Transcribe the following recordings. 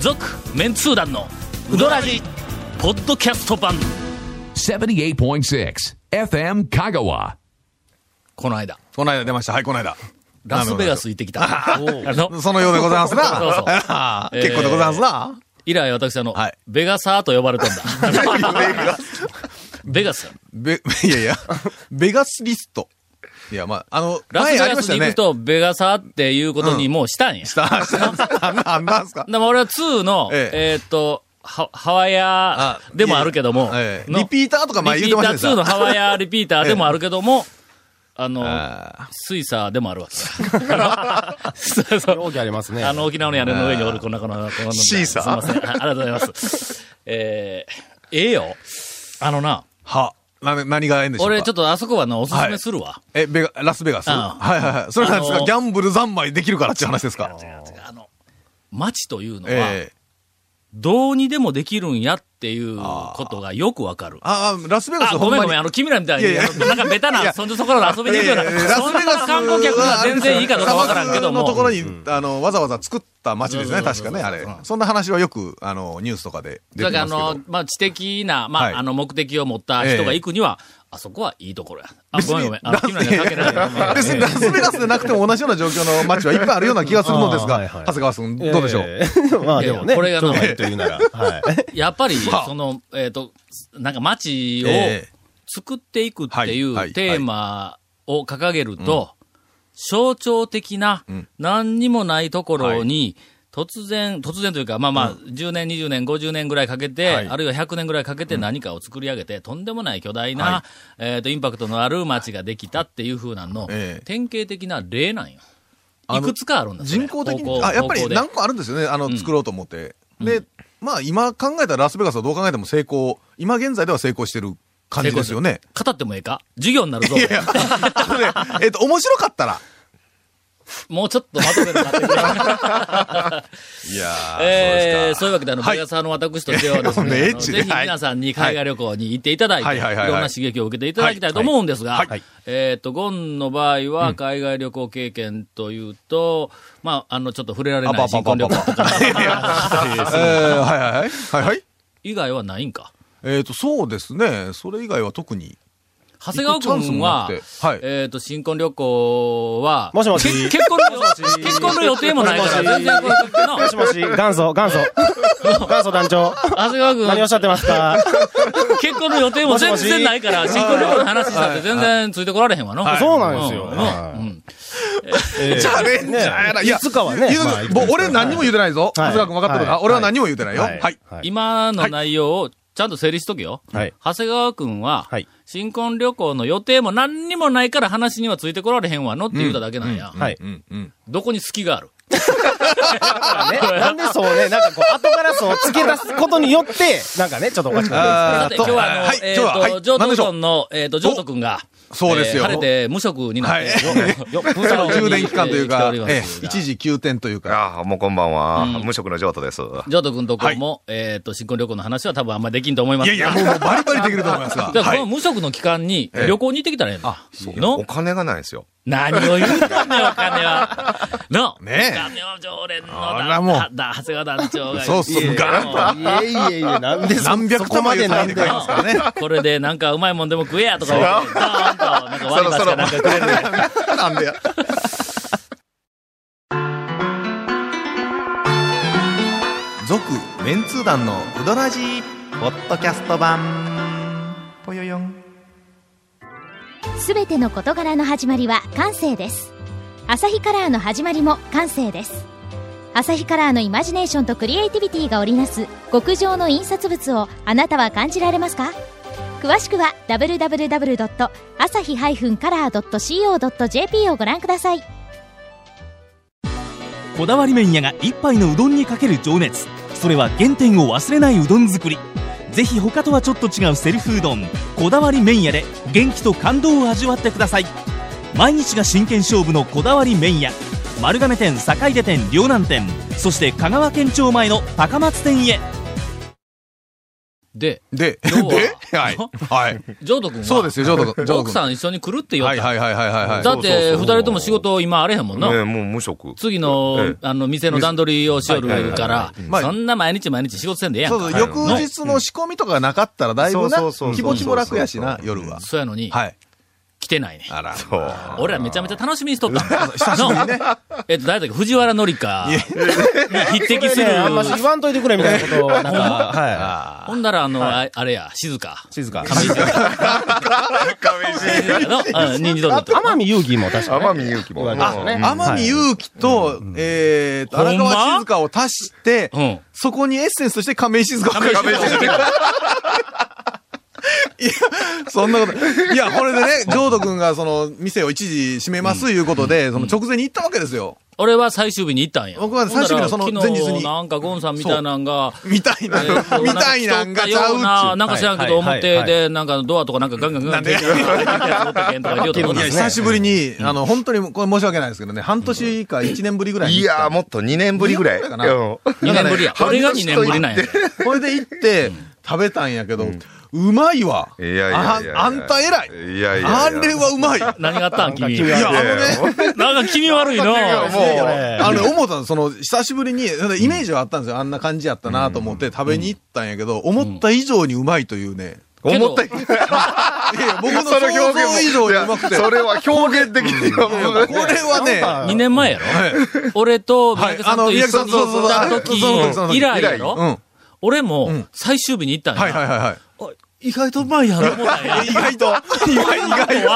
続メンツー団のウドラジポッドキャスト版78.6 FM Kagawa. この間この間出ました。はい、この間。ラスベガス行ってきたあのそのようでございますな。そう そうあー結構でございますな。以来私あの、はいベガサーと呼ばれてんだベガスベ、 いやいや、ベガスリスト。いや、まあ、あの、ラス前ベありガまスしに行たくね。と、ベガサーっていうことにもうしたんや。 あした、なんなんすかでも俺は2の、えええーっと、ハハワイヤーで もあるけども、ええのリピーターとか前言ってましたねリピーター2のハワイヤーリピーターでもあるけど も、あの、あスイサーでもあるわ けだ。あのそう そう容器ありますね。あの、沖縄の屋根の上におるこんなこの、この、シーサーすいません。あありがとうございます。えー、ええよ。あのな、は、な、何がええんでしょうか俺ちょっとあそこはな、おすすめするわ。え、ベガ、ラスベガスうんはいはいはい。それは何ですあのかギャンブル三昧できるからっていう話ですかあの、街というのは、ええ。どうにでもできるんやっていうことがよくわかる。あ、あラスベガスあ、ごほんめんごまにめん、あ。の、君らみたいに、いやいやあのなんかベタいな、やそんじょそこらの遊びに行くような、いやいやそんな観光客は全然いいかどうかわからんけども。ラスベガスのところに、あの、わざわざ作った街ですね、そう確そうそうかね、あれ。そんな話はよく、あの、ニュースとかで出だてきから、まあすけど。の、まあ、知的な、まあ、はいあの、目的を持った人が行くには、あそこはいいところや。あ、ごめんごめん。あの、君らには関係ないからごめんごめん。 別にラスベガスでなくても同じような状況の街はいっぱいあるような気がするのですあーはいが、は長い谷川さん、どうでしょう、ええまあでもいやいやね、これがなちょっと言うなら、はい。やっぱり、 はあその、えっ、と、なんか街をええ作っていくっていはいはいうテーマを掲げると、象徴的な、何にもないところに、突然、突然というか、まあまあ、10年、20年、50年ぐらいかけて、はいあるいは100年ぐらいかけて何かを作り上げて、とんでもない巨大な、えっ、と、インパクトのある街ができたっていう風なの、ええ典型的な例なんよ。あいのくつかあるんだそれ人工的方に向あやっ方ぱり向で何個あるんですよねあの、作ろうと思ってで、まあ今考えたらラスベガスはどう考えても成功今現在では成功してる感じですよね語ってもええか授業になるぞ。いやいやあ のねえっと面白かったらもうちょっとまとめる なってくれ。いやーえー、そういうわけで、あの、はベいガサーの私としてはです こんなね、エあッのチぜでひ皆さんに海外旅行に行っていただいて、はいいろはんいはいはいな刺激を受けていただきたいとはい思うんですがはい、えーっと、ゴンの場合は、海外旅行経験というと、まあ、あの、ちょっと触れられない新婚旅行とかえーはいはいはいはいはい以外はないんか。えっ、とそうですねそれ以外は特に長谷川君は、行くチャンスもなくてえーっと、新婚旅行は、もしもしけ結婚の、結婚の予定もないから、全然こういうのもしもし、元祖、元祖。元祖団長。長谷川君何をおっしゃってますか結婚の予定も全然ないから、新婚旅行の話したって全然ついてこられへんわの。そうなんですようはいうんチャレンジャーやないやいつかはねいやまあいつかもう俺何にも言うてないぞ長はい谷川君分かってるかはい俺は何にも言うてないよはい、はい。今の内容をちゃんと整理しとけよ。はい長谷川くんは、はい新婚旅行の予定も何にもないから話にはついてこられへんわのって言うただけなんや。はい。うんうんどこに隙があるねなんでそうね、なんかこう、後からそう、付け出すことによって、なんかね、ちょっとおかしくなさあて、ー今と日はあの、はいえっ、今日ははと、い上何東でしょう村の、えっ、と、上東くんが、そうですよえー晴れて無職になって、るよ。よ、ふさの充電期間というか、えーええ一時休店というか、ああ、もうこんばんは。無職の譲渡です。上東くんとこも、えっ、と、新婚旅行の話は多分あんまできんと思いまいすやが。いや、もうもうバリバリできると思いますが、だかはらこのい、無職の期間に旅行に行ってきたらええの。の お金がないですよ。何を言うとんねん、お金は。の、ねえお金は常連のあらもうだ、だ、長谷川団長が。そうそういやいやガーンもういえいえいえ、なんでそ、何そ百こ個ままででななんんでで。ますからね。これでなんかうまいもんでも食えやとか言って、ドーンと、なんか割り箸かなんかくれる。なんでや。続、メンツー団のうどらじポッドキャスト版、ぽよよん。すべての事柄の始まりは感性ですアサヒカラーの始まりも感性ですアサヒカラーのイマジネーションとクリエイティビティが織りなす極上の印刷物をあなたは感じられますか詳しくは www.asahi-color.co.jp をご覧くださいこだわり麺屋が一杯のうどんにかける情熱それは原点を忘れないうどん作りぜひ他とはちょっと違うセルフうどんこだわり麺屋で元気と感動を味わってください毎日が真剣勝負のこだわり麺屋丸亀店坂出店両南店そして香川県庁前の高松店へで、で、で、要ははい。はい。ジョート君は、そうですよ、ジョー ド、ジョード奥さん一緒に来るって言わはれいた。はいはいはいはいはい。だって、二人とも仕事今あれへんもんな。ねもう無職。次の、ええあの、店の段取りをしよるから、はいそんな毎日毎日仕事せんでええやんそか。うそう、はい翌日の仕込みとかがなかったらだいぶなそうそうそうそ、う気持ちも楽やしな、夜は。そうやのに、はい。来てないね。あら。そう。俺らめちゃめちゃ楽しみにしとったんだ。久しぶりね。えっと、誰だっけ藤原紀香。匹敵すね、る。あんまし言わんといてくれみたいなことを、なんか、はほんなら、あの、ああれや、静かい。。静か。の、うん人事あだと、天海祐希も確か天海祐希も。あうん天海祐希と、えーと、ほん荒ま川静香を足して、うんそこにエッセンスとして亀井静香を亀井 いや、そんなこと。いや、これでね、ジョード君がその、店を一時閉めますいうことで、その直前に行ったわけですよ。俺は最終日に行ったんや。僕は最終日のそのほんなら前日に昨日なんかゴンさんみたいなんが、みたいな、えーとみたいなんがちゃうっちゅう。なんか知らんけど、はいはい表はいで、なんかドアとかなんかガンガンガンガン出てくる。持ってけんとか言うと思ういや、久しぶりに、あの、本当に、これ申し訳ないですけどね、半年か1年ぶりぐらいにい行ったやー、もっと2年ぶりぐらい。二年ぶりぐらいうん2年ぶりや。俺が2年ぶりなんや。これで行って、食べたんやけど、うまいわ。いやいやいやいやああんた偉い。いやいやいやあれはうまい。いや、何があったん君。君あはのね、なんか君悪いの。もうあの、思ったの、その、久しぶりに、なんかイメージはあったんですよ。あんな感じやったなと思って食べに行ったんやけど、思った以上にうまいというね。けど思ったよりいやいや、僕のそ想の表現も像以上にうまくて。いやそれは表現的にはこれはね、 2年前やろ俺と三宅さんと一緒に行ったはいあの宮崎さんそうそうそうその時時以来やうろん。俺も最終日に行ったんはいはいや。はいはい。あ意外とうまいやろ、思ったんや。 意外と、意外意外と。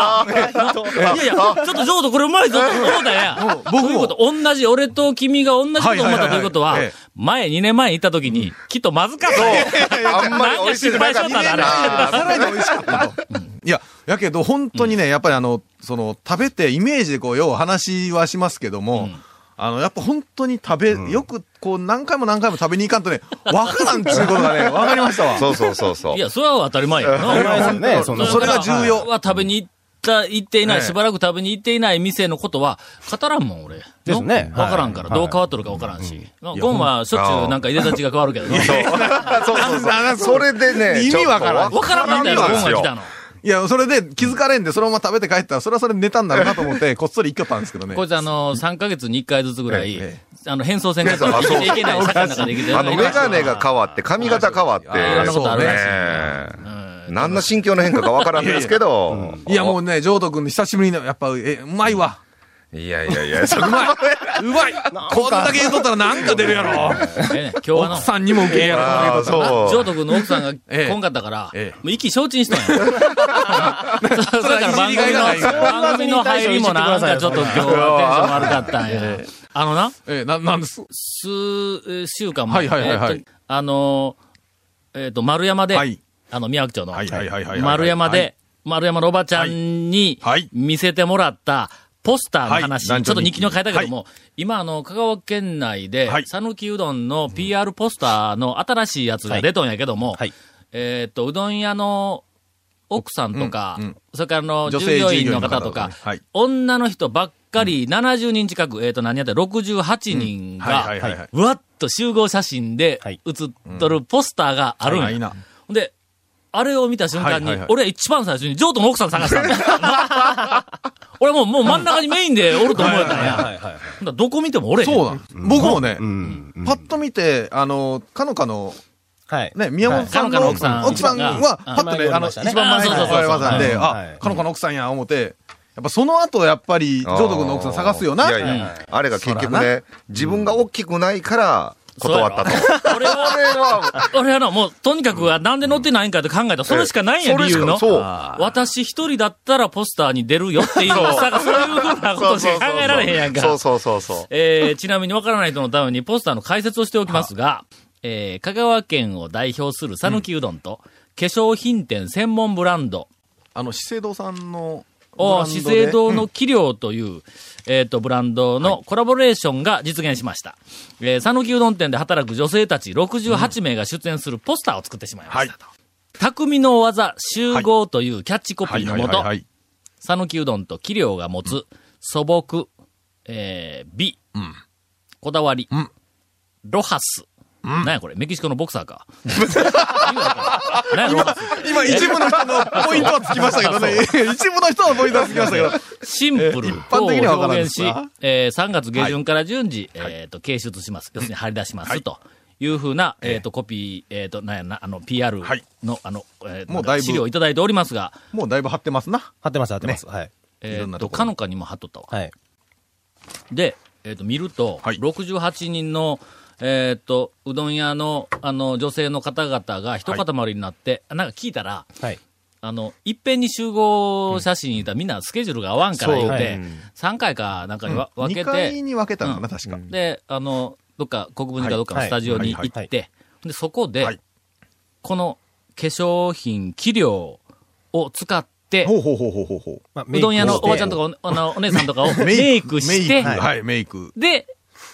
いやいや、ちょっとジョードこれうまいぞって思ったんやうん。僕もということ、同じ、俺と君が同じこと思ったということははいはいはいええ、前、2年前に行った時に、きっとまずかったよ。あんまなんり美か味しい失敗しちゃったな、あれ。 さらに美味しかったと。いや、やけど、本当にね、やっぱりあの、その、食べて、イメージでこう、よう話はしますけども、あの、やっぱ本当に食べ、よく、こう、何回も何回も食べに行かんとね、わからんっていうことがね、 わかりましたわ。そうそうそうそう。いや、それは当たり前やな。り前ですよねそんなそれが重要俺は食べに行った、行っていなえい、えしばらく食べに行っていない店のことは、語らんもん、俺。ですねわからんから、はいどう変わっとるかわからんし。まあゴンはしょっちゅうなんか入れたちが変わるけどな。そうそうそう。それでね、意味わからんわからんかったよ、意ゴン味がわから来んたの。いや、それで気づかれんで、そのまま食べて帰ったら、それはそれでネタになるなと思って、こっ そり行きよったんですけどね。こいつあの、3ヶ月に1回ずつぐらいええ、あの、変装せんかったら変生装きていけない、坂の中で生きていけなあいの、メガネが変わって、髪型変わって。いろんなことあるらしいねそうね何の心境の変化かわからんですけど。いや、もうね、ジョード君の久しぶりに、やっぱ、え、うまいわ。いやいやいや、 そこうまい。うま い。こんだけ言うとったらなんか出るや ろ。ええね今日はな奥。さんにも受け入れやろ。ああ、ジョーそう。ト君の奥さんがええ来んかったから、ええもう息承知にしとん や。そうそれから番組の、いじりがいがない番組の入りもなんかちょっと今日はテンション悪かったんや。あのな、え、な、なんです。数えー週間前、はいはいはいはいえーとあのー、えっと、丸山で、はいあの、宮城町のはいはいはいはいはい、丸山はで、丸山のおばちゃんにはいはい見せてもらった、ポスターの話、はいちょっと日記の変えたけども、今、あの、香川県内では、い讃岐、うどんの PR ポスターの新しいやつが出とんやけども、はいえーっと、うどん屋の奥さんとか、うんうんそれからあの、女従性業員の方と従業員の方とかかね、はい女の人ばっかり、70人近く、えーっと、何やったら68人が、はいはいはいはいわっと集合写真ではい写っとるポスターがあるんや。はいな。ほんで、あれを見た瞬間に、はいはいはい俺は一番最初に、ジョートの奥さん探したんだよ。 俺もう、もう真ん中にメインでおると思えたんや。ほんだらどこ見ても俺。そうなんです。僕もねう、ん。パッと見て、あの、かのかの、はい。ね、宮本さはんいかのかのの奥さん奥さんは、うんパッとね、うんあの、前におりま一したね番前にあーそうそうそうおられましたんで、はいはいあ、かのかの奥さんや、思って、やっぱその後、やっぱり、ジョード君の奥さん探すよな。いやいや、あれが結局ね、自分が大きくないからそうや断ろった と。俺は、俺はな、もう、とにかくはなんで乗ってないんかって考えたら、それしかないんや、それ理し由かの。そう。私一人だったらポスターに出るよっていう、さそういうふうなことしか考えられへんやんか。そうそうそうそう。えーちなみにわからない人のためにポスターの解説をしておきますが、えー香川県を代表する讃岐うどんと、化粧品店専門ブランド、あの、資生堂さんの、を資生堂の、の器量という、えっ、と、ブランドのコラボレーションが実現しました。えー、讃岐うどん店で働く女性たち68名が出演するポスターを作ってしまいましたと。匠の技集合というキャッチコピはーいのはいもはいと、はい。讃岐うどんと器量が持つ素朴、えー美、こだわり、ロハス、なんやこれメキシコのボクサー か。何やこれ今、一部の人のポイントはつきましたけどね。一部の人のポイントはつきましたけど。シンプルとえ一般的にはわから表んで現すしな、えー3月下旬から順次、えっ、と、掲出します。要するに貼り出します、と。いうふうな、えっ、と、コピー、えっ、と、なんやな、あの、PR の、はいあの、えーもうだいぶ資料をいただいておりますが、もうだいぶ張ってますな。貼ってます、貼ってます。はい。いえろっ、んなと、ところかのかにも貼っとったわ。はい。で、えっ、と、見ると、はい68人の、えっ、と、うどん屋の、あの、女性の方々が一塊になって、なんか聞いたら、はい。あの、いっぺんに集合写真いたらみんなスケジュールが合わんから言うて、3回かなんかにわ分2け回て、に分けたのかな、うん確か。で、あの、どっか国分寺かどっかのはいスタジオに行はっいて、で、そこはでい、この化粧品、器量を使って、ほうほうほうほうほうほまあうどん屋のおばちゃんか。とかおあのお姉さんとかをう。 メイクしメイてク、はい、メイク。で、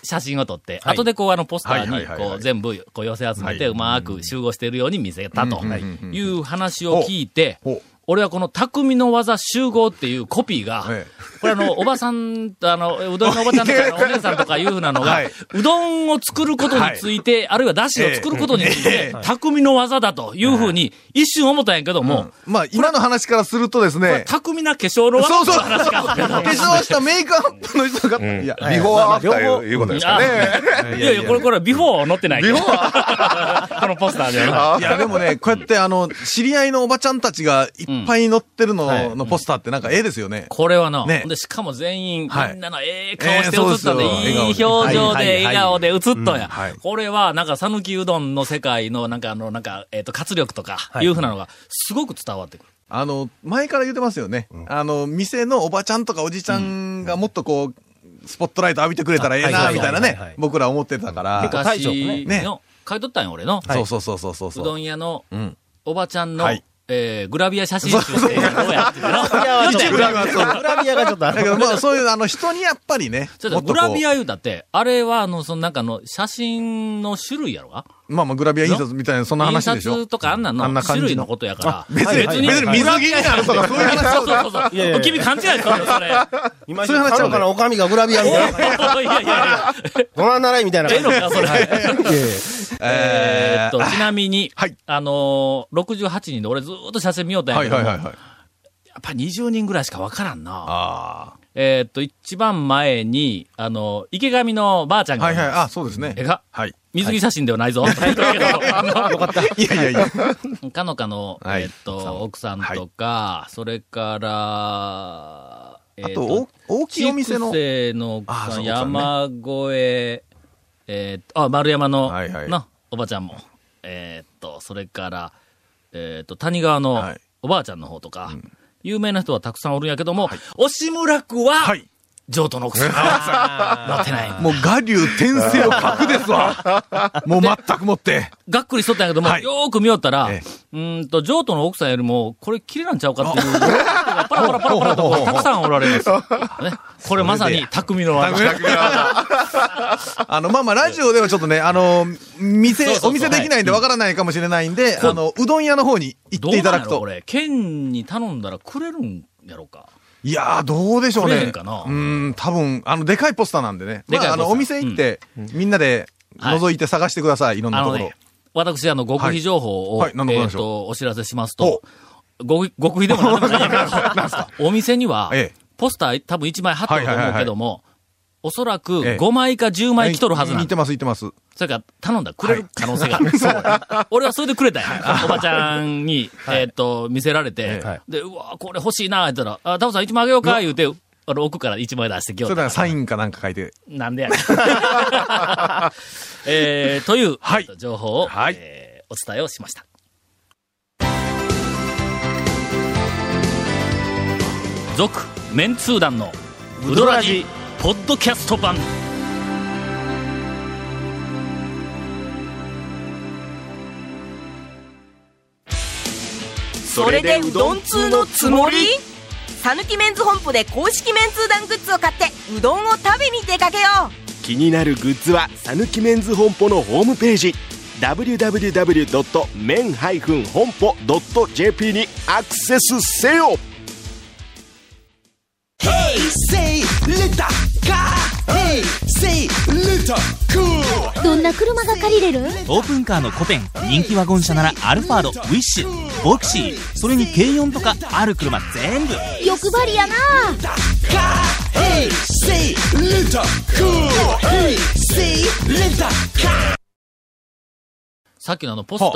写真を撮って、はい後でこうあのポスターはいにはいはいはいこう全部こう寄せ集めてはいうまく集合しているように見せたとうんうんうんうんいう話を聞いてほうほう、俺はこの匠の技集合っていうコピーがえ、これあの、おばさんとあの、うどんのおばちゃんとかのお姉さんとかいうふうなのがはいうどんを作ることについて、あるいはだしを作ることについて、匠の技だというふうに一瞬思ったんやけども、まあ、今の話からするとですこれね、巧みな化粧の技そうのそう話か化粧したメイクアップの人が、いや、ビフォーアフターいうことですかね。あいやいや、これ、これ、ビフォーは載ってないけど。ビフォ このポスターではな。あいや、でもね、こうやって、あの、知り合いのおばちゃんたちがいっぱい乗ってるの、のポスターってなんか絵ですよね。これはな、ねほんで、しかも全員、はいみんなのええ顔して映ったんで、ええそうですよいい表情はいはいはで、い笑顔で映ったんやはい。これは、なんか、讃岐うどんの世界の、なんか、あの、なんか、えっ、と、活力とか、はいいうふうなのが、すごく伝わってくる。あの、前から言ってますよね。あの、店のおばちゃんとかおじちゃんがもっとこう、スポットライト浴びてくれたらええはいな、はいみたいなはいはいはねい、僕ら思ってたから。構大将もね昔ねの、買い取ったんよ、俺の。そうそうそうそうそううそどう。ん屋の、うん。おばちゃんの、はいえーグラビア写真集っていうのをやってたのちょっとグラビアはそうグラビアがちょっとあだのけどまあそういう、あの、人にやっぱりね、ちょっもとっとグこラビう、ア言うたって、あれは、あの、そのなんかあの、写真の種類やろかまあまあグラビア印刷みたいな、そんな印話でし刷ょ。とかあんなの、あんな感種じの類のことやから。別に、別はいはいに水着になるとか、そういう話そうそうそう。いやいやいや君勘違いしたんよ、それ。今そういう話ちゃうねかのおかみがグラビアみたいな。いやいやいや。ご覧ならいみたいなええ感じの。か、それ。いやいやえーっと、ちなみに、はいあのー、68人で俺ずーっと写真見ようとやはいけどはもいはいはい。やっぱ20人ぐらいしかわからんな。あえーっと、一番前に、あの、池上のばあちゃんあ。が、はいはい、あそうですね。えがはい。水着写真ではない ぞ。よかった。 いやいやいや。かのかの、はいえっと、奥さんとか、それから、えあっと、お大きいお店の筑。西の奥あさそん、う奥さんね山越え、えっと、あ、丸山の、はいはいな、おばちゃんも、えっと、それから、えっと、谷川のはいおばあちゃんの方とか、有名な人はたくさんおるんやけども、押村区は、はい。譲渡の奥さんが、なってない。もう我流転生を格ですわ。 もう全くもって。がっくりしとったんやけども、はいよーく見よったら、えうーんと、譲渡の奥さんよりも、これ綺麗なんちゃうかって いう、人がパラパラパラパラとこうたくさんおられます。ね、これまさに匠の技。 あの、まあまあ、ラジオではちょっとね、あの、店そうそう、そうお店できないんでわからないかもしれないんで、あの、うどん屋の方に行どっうなてんいやただく。ろことれ、県に頼んだらくれるんやろか。いやー、どうでしょうくれへんね。かなうん、多分、あの、でかいポスターなんでね。でかいまあ、あの、ポおスター店行って、みんなで覗いて探してください、いろんなあとのころね。、私、あの、極秘情報を、はいはい何のえことっ、でしょうと、お知らせしますと、極秘極秘でも何でもないん やけどお店には、ええポスター多分1枚貼ってると思うけども、おそらくええ5枚か10枚来とるはずなん行だってます、行ってます。それから頼んだらくれる可能 性がある。俺はそれでくれたんや。おばちゃんに、えーっと、見せられて、はいで、うわこれ欲しいな、言ったら、あ、タオさん1枚あげようか、言うて、あの、奥から1枚出してきよそうれなたらサインかなんか書いて。なんでやねん。 えー、という、はいえっと情報を、はいえーお伝えをしました。続、メンツー団の、ウドラジ、ポッドキャスト版。それでうどん通のつもりさぬきメンズ本舗で公式メンツー団グッズを買ってうどんを食べに出かけよ気になるグッズはさぬきメンズ本舗のホームページ www.men-honpo.jp にアクセスせよ平成レタカー平成レどんな車が借りれるんオープンカーの古典人気ワゴン車ならアルファードウィッシュボクシーそれに軽4とかある車全部欲張りやなさっきのあのポスター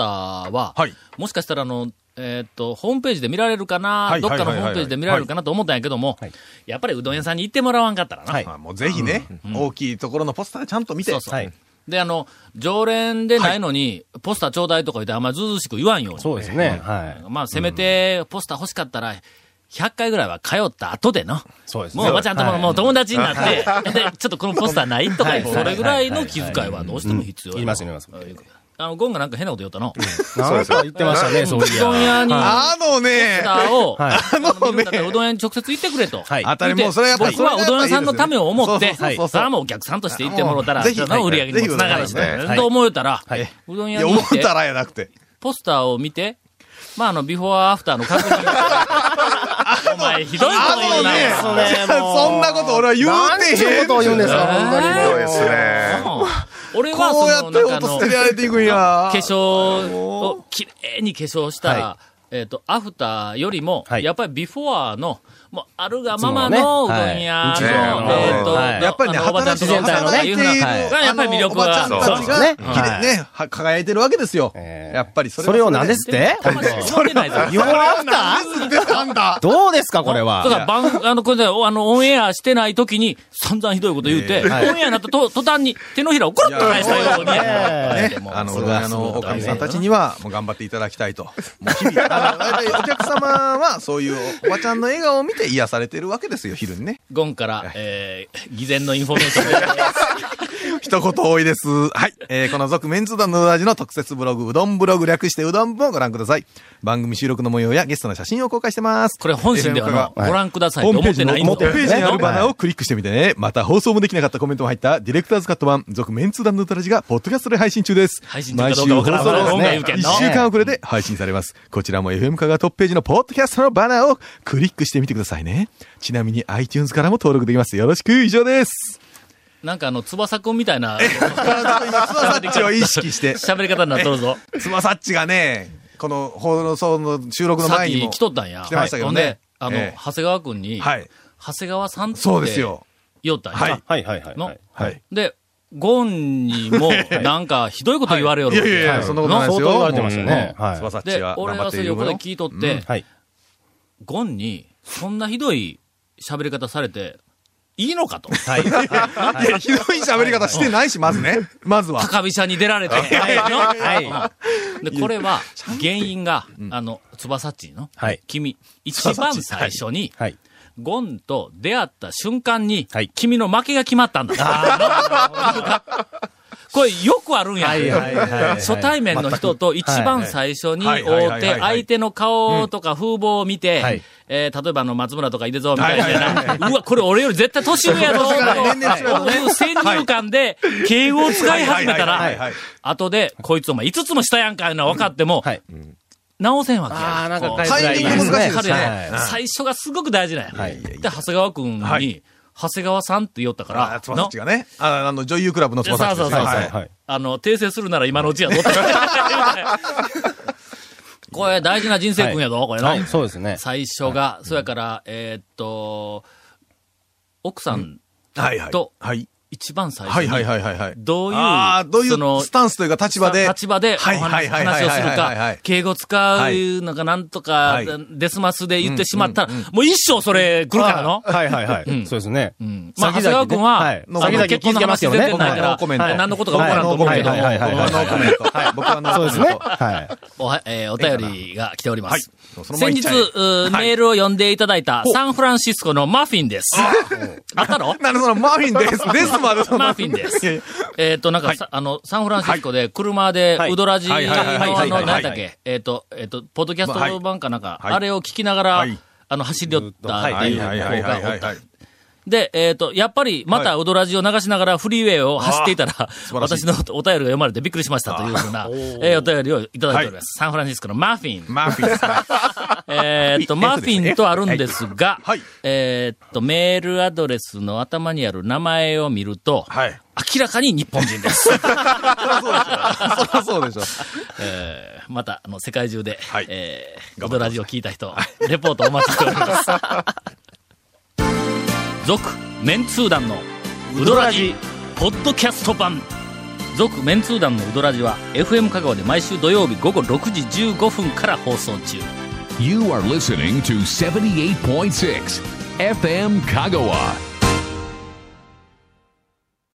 は、はい。もしかしたらあの、えーっと、ホームページで見られるかな、はいどっかのはいホはーいムページで見られるかなと思ったんやけども、はいやっぱりうどん屋さんに行ってもらわんかったらな。はいまあもうぜひね、大きいところのポスターちゃんと見て。そうそうはい。で、あの、常連でないのに、ポスターちょうだいとか言ってあんまりずうずうしく言わんように。そうですね。はい。まあ、せめて、ポスター欲しかったら、100回ぐらいは通った後での。そうですね。もう、おばちゃんとも、はいもう友達になって、 で、ちょっとこのポスターないとか言う、はいそれぐらいの気遣いはどうしても必要いりますいりますあの、ゴンがなんか変なこと言ったの。なんか言ってましたね、そういううどん屋に、ポあのねスタ、ー を、はいあの見るんだったらうどん屋に直接行ってくれと。はい当たりもうそれはやっぱり僕はうどん屋さんのためを思って、そうそうそそうれそうはもうお客さんとして行ってもろたら、はいもうぜひの売り上げにもつながるしぜひね。と思えたら、いうどんい屋や、に思行っって、たらやなくて。ポスターを見て、まあ、あの、ビフォーアフターの確 認。お前、ひどいことあ言うのな。ね、そうですねもうそんなこと俺は言なんうててへん。ことを言うんですか、本当に。そうですね。うん俺はこうやその、ってなんか落あとの、捨て化られていくんや。粧をきれいに化粧した、はえっ、と、アフターよりも、はいやっぱりビフォーの、もう、あるがままのうどん屋の、いつものねはいえっ、と、はいやっぱりね、あのおばちゃんと働きか手おばちゃんとか働いいうてふういなる、はいがやっぱり魅力あのおばちゃが、んたちが、そうですねきれいね、は輝いてるわけですよ。えーやっぱりそれそれを何ですってでもそれないぞ。言わなかっなんだたどうですか、これは。だから、番、あの、これねおあの、オンエアしてない時に、散々ひどいこと言うて、はいオンエアになったと、途端に手のひらをコロッと返したようにいやねね、もうあの、そそうれあの、おかみさんたちには、もう頑張っていただきたいと。もう日々、あの、やっぱりお客様は、そういうおばちゃんの笑顔を見て癒されてるわけですよ、昼にね。ゴンから、えー、偽善のインフォメーションで。一言多いです。はい。えーこの続メンツうどんのうどじの特設ブログ、うどんブログ略してうどん部をご覧ください。番組収録の模様やゲストの写真を公開してます。これ本心では FM の香、ご覧ください川ホと思ームペーっジての、ないんホーぞムページにあるバナーをクリックしてみてね。また放送もできなかったコメントも入った、ディレクターズカット版、続メンツうどんのうどじが、ポッドキャストで配信中です。配信中かどうかわからん毎週放送音源受けん一の週間遅れで配信されます。こちらも FM 香川トップページのポッドキャストのバナーをクリックしてみてくださいね。ちなみに iTunes からも登録できます。よろしく、以上です。なんかあの、翼くんみたい な、さっちを意識して。喋り方になっとるぞ。つまさっちがね、この放送の収録のさっ前にきも。来とったんや。来てましたけほどねんで、あの、ええ長谷川くんに、はい。長谷川さんって、そうですよ。言おったんや。はいあはいはいはいのはい。はい。で、ゴンにも、なんか、ひどいこと言われよいるわやけいやいや、そんなことないですよ。相当言われてましたねうんはいつまさっちでは、俺頑張はってそいれる横でよ聞いとって、はい。ゴンに、そんなひどい喋り方されて、いいのかと。はい。いや、ひどい喋り方してないし、まずね。まずは。高飛車に出られ て。はい。 で、これは、原因が、あの、翼っちの、はい君、一番最初に、はい。ゴンと出会った瞬間に、はい君の負けが決まったんだ。 これよくあるんや。初対面の人と一番最初にはいは会ういはいはいて、はいはい相手の顔とか風貌を見て、はいえー例えばあの松村とか井出蔵みたいな、うわ、これ俺より絶対年上やぞ、と年々年々年々いう先入観で敬語を使い始めたはいはいはいはらい、後でこいつお前5つも下やんかいうのは分かっても、はい。直せんわけや。あーなんかこう返タイミング難しいですね。彼最初がすごく大事なんや。はいで、長谷川くんに、はい長谷川さんって言おったかあら、つまさっちがね。ああの、女優クラブのつそうまそさうっちそでうすそね。う、はいはいあの、訂正するなら今のうちやぞ って。これ大事な人生くんやぞ、これの。はい、そうですね。最初が、そやから、えーっと、奥さんはいはい。とはい。一番最は初いはいに、はいはいはい。どういう、ああ、どういそのうスタンスというか立場で。立場でおはいはい話はいは話いをするはいはいはかい、敬語使うのかなんとかはい、デスマスで言ってしまったら、もう一生それ来るからの。はいはいはいうん。そうですね。うんまあ、長先谷川々ね君は、はあいの先々結婚の聞いてま話すよ出ねてないか僕はノーコメントら、何のことか分からんと思うけども、はいはい僕はノーコメント。はい。僕はノーコそうメンでト。すね。はい。おは、えーお便りが来ておりまはいす。。そのまま先いっ日、ちゃえうーメールを読んでいただいた、サンフランシスコのマフィンです。あった ろなんでそのマフィンです。ですまでそのマフィンですいやいやえっと、なんかさ、あの、サンフランシスコで、車では、いウドラジの、あはいはいはいはいはいの、はい何だっけ、えっと、えっと、ポッドキャスまあはトい版かなんか、はいあれを聞きながらはい、あの、走り寄ったっていうは方いはいはいはいがおはっいたはい。で、えっ、と、やっぱり、また、ウドラジを流しながらフリーウェイを走っていたら、私のお便りが読まれてびっくりしましたというふうな、えーお便りをいただいております。サンフランシスコのマフィン。マフィンさん。えーっと、 F マフィンとあるんですが、はいえーっと、メールアドレスの頭にある名前を見ると、はい。明らかに日本人 です。そりゃそうでしょ。えーまた、あの、世界中で、はいえー、ドラジオ聞いた人、レポートお待ちしており ます。続、メンツー団の、ウドラジ、ポッドキャスト版。続、メンツー団のウドラジは、FM 香川で毎週土曜日午後6時15分から放送中。 You are listening to 78.6 FM Kagawa.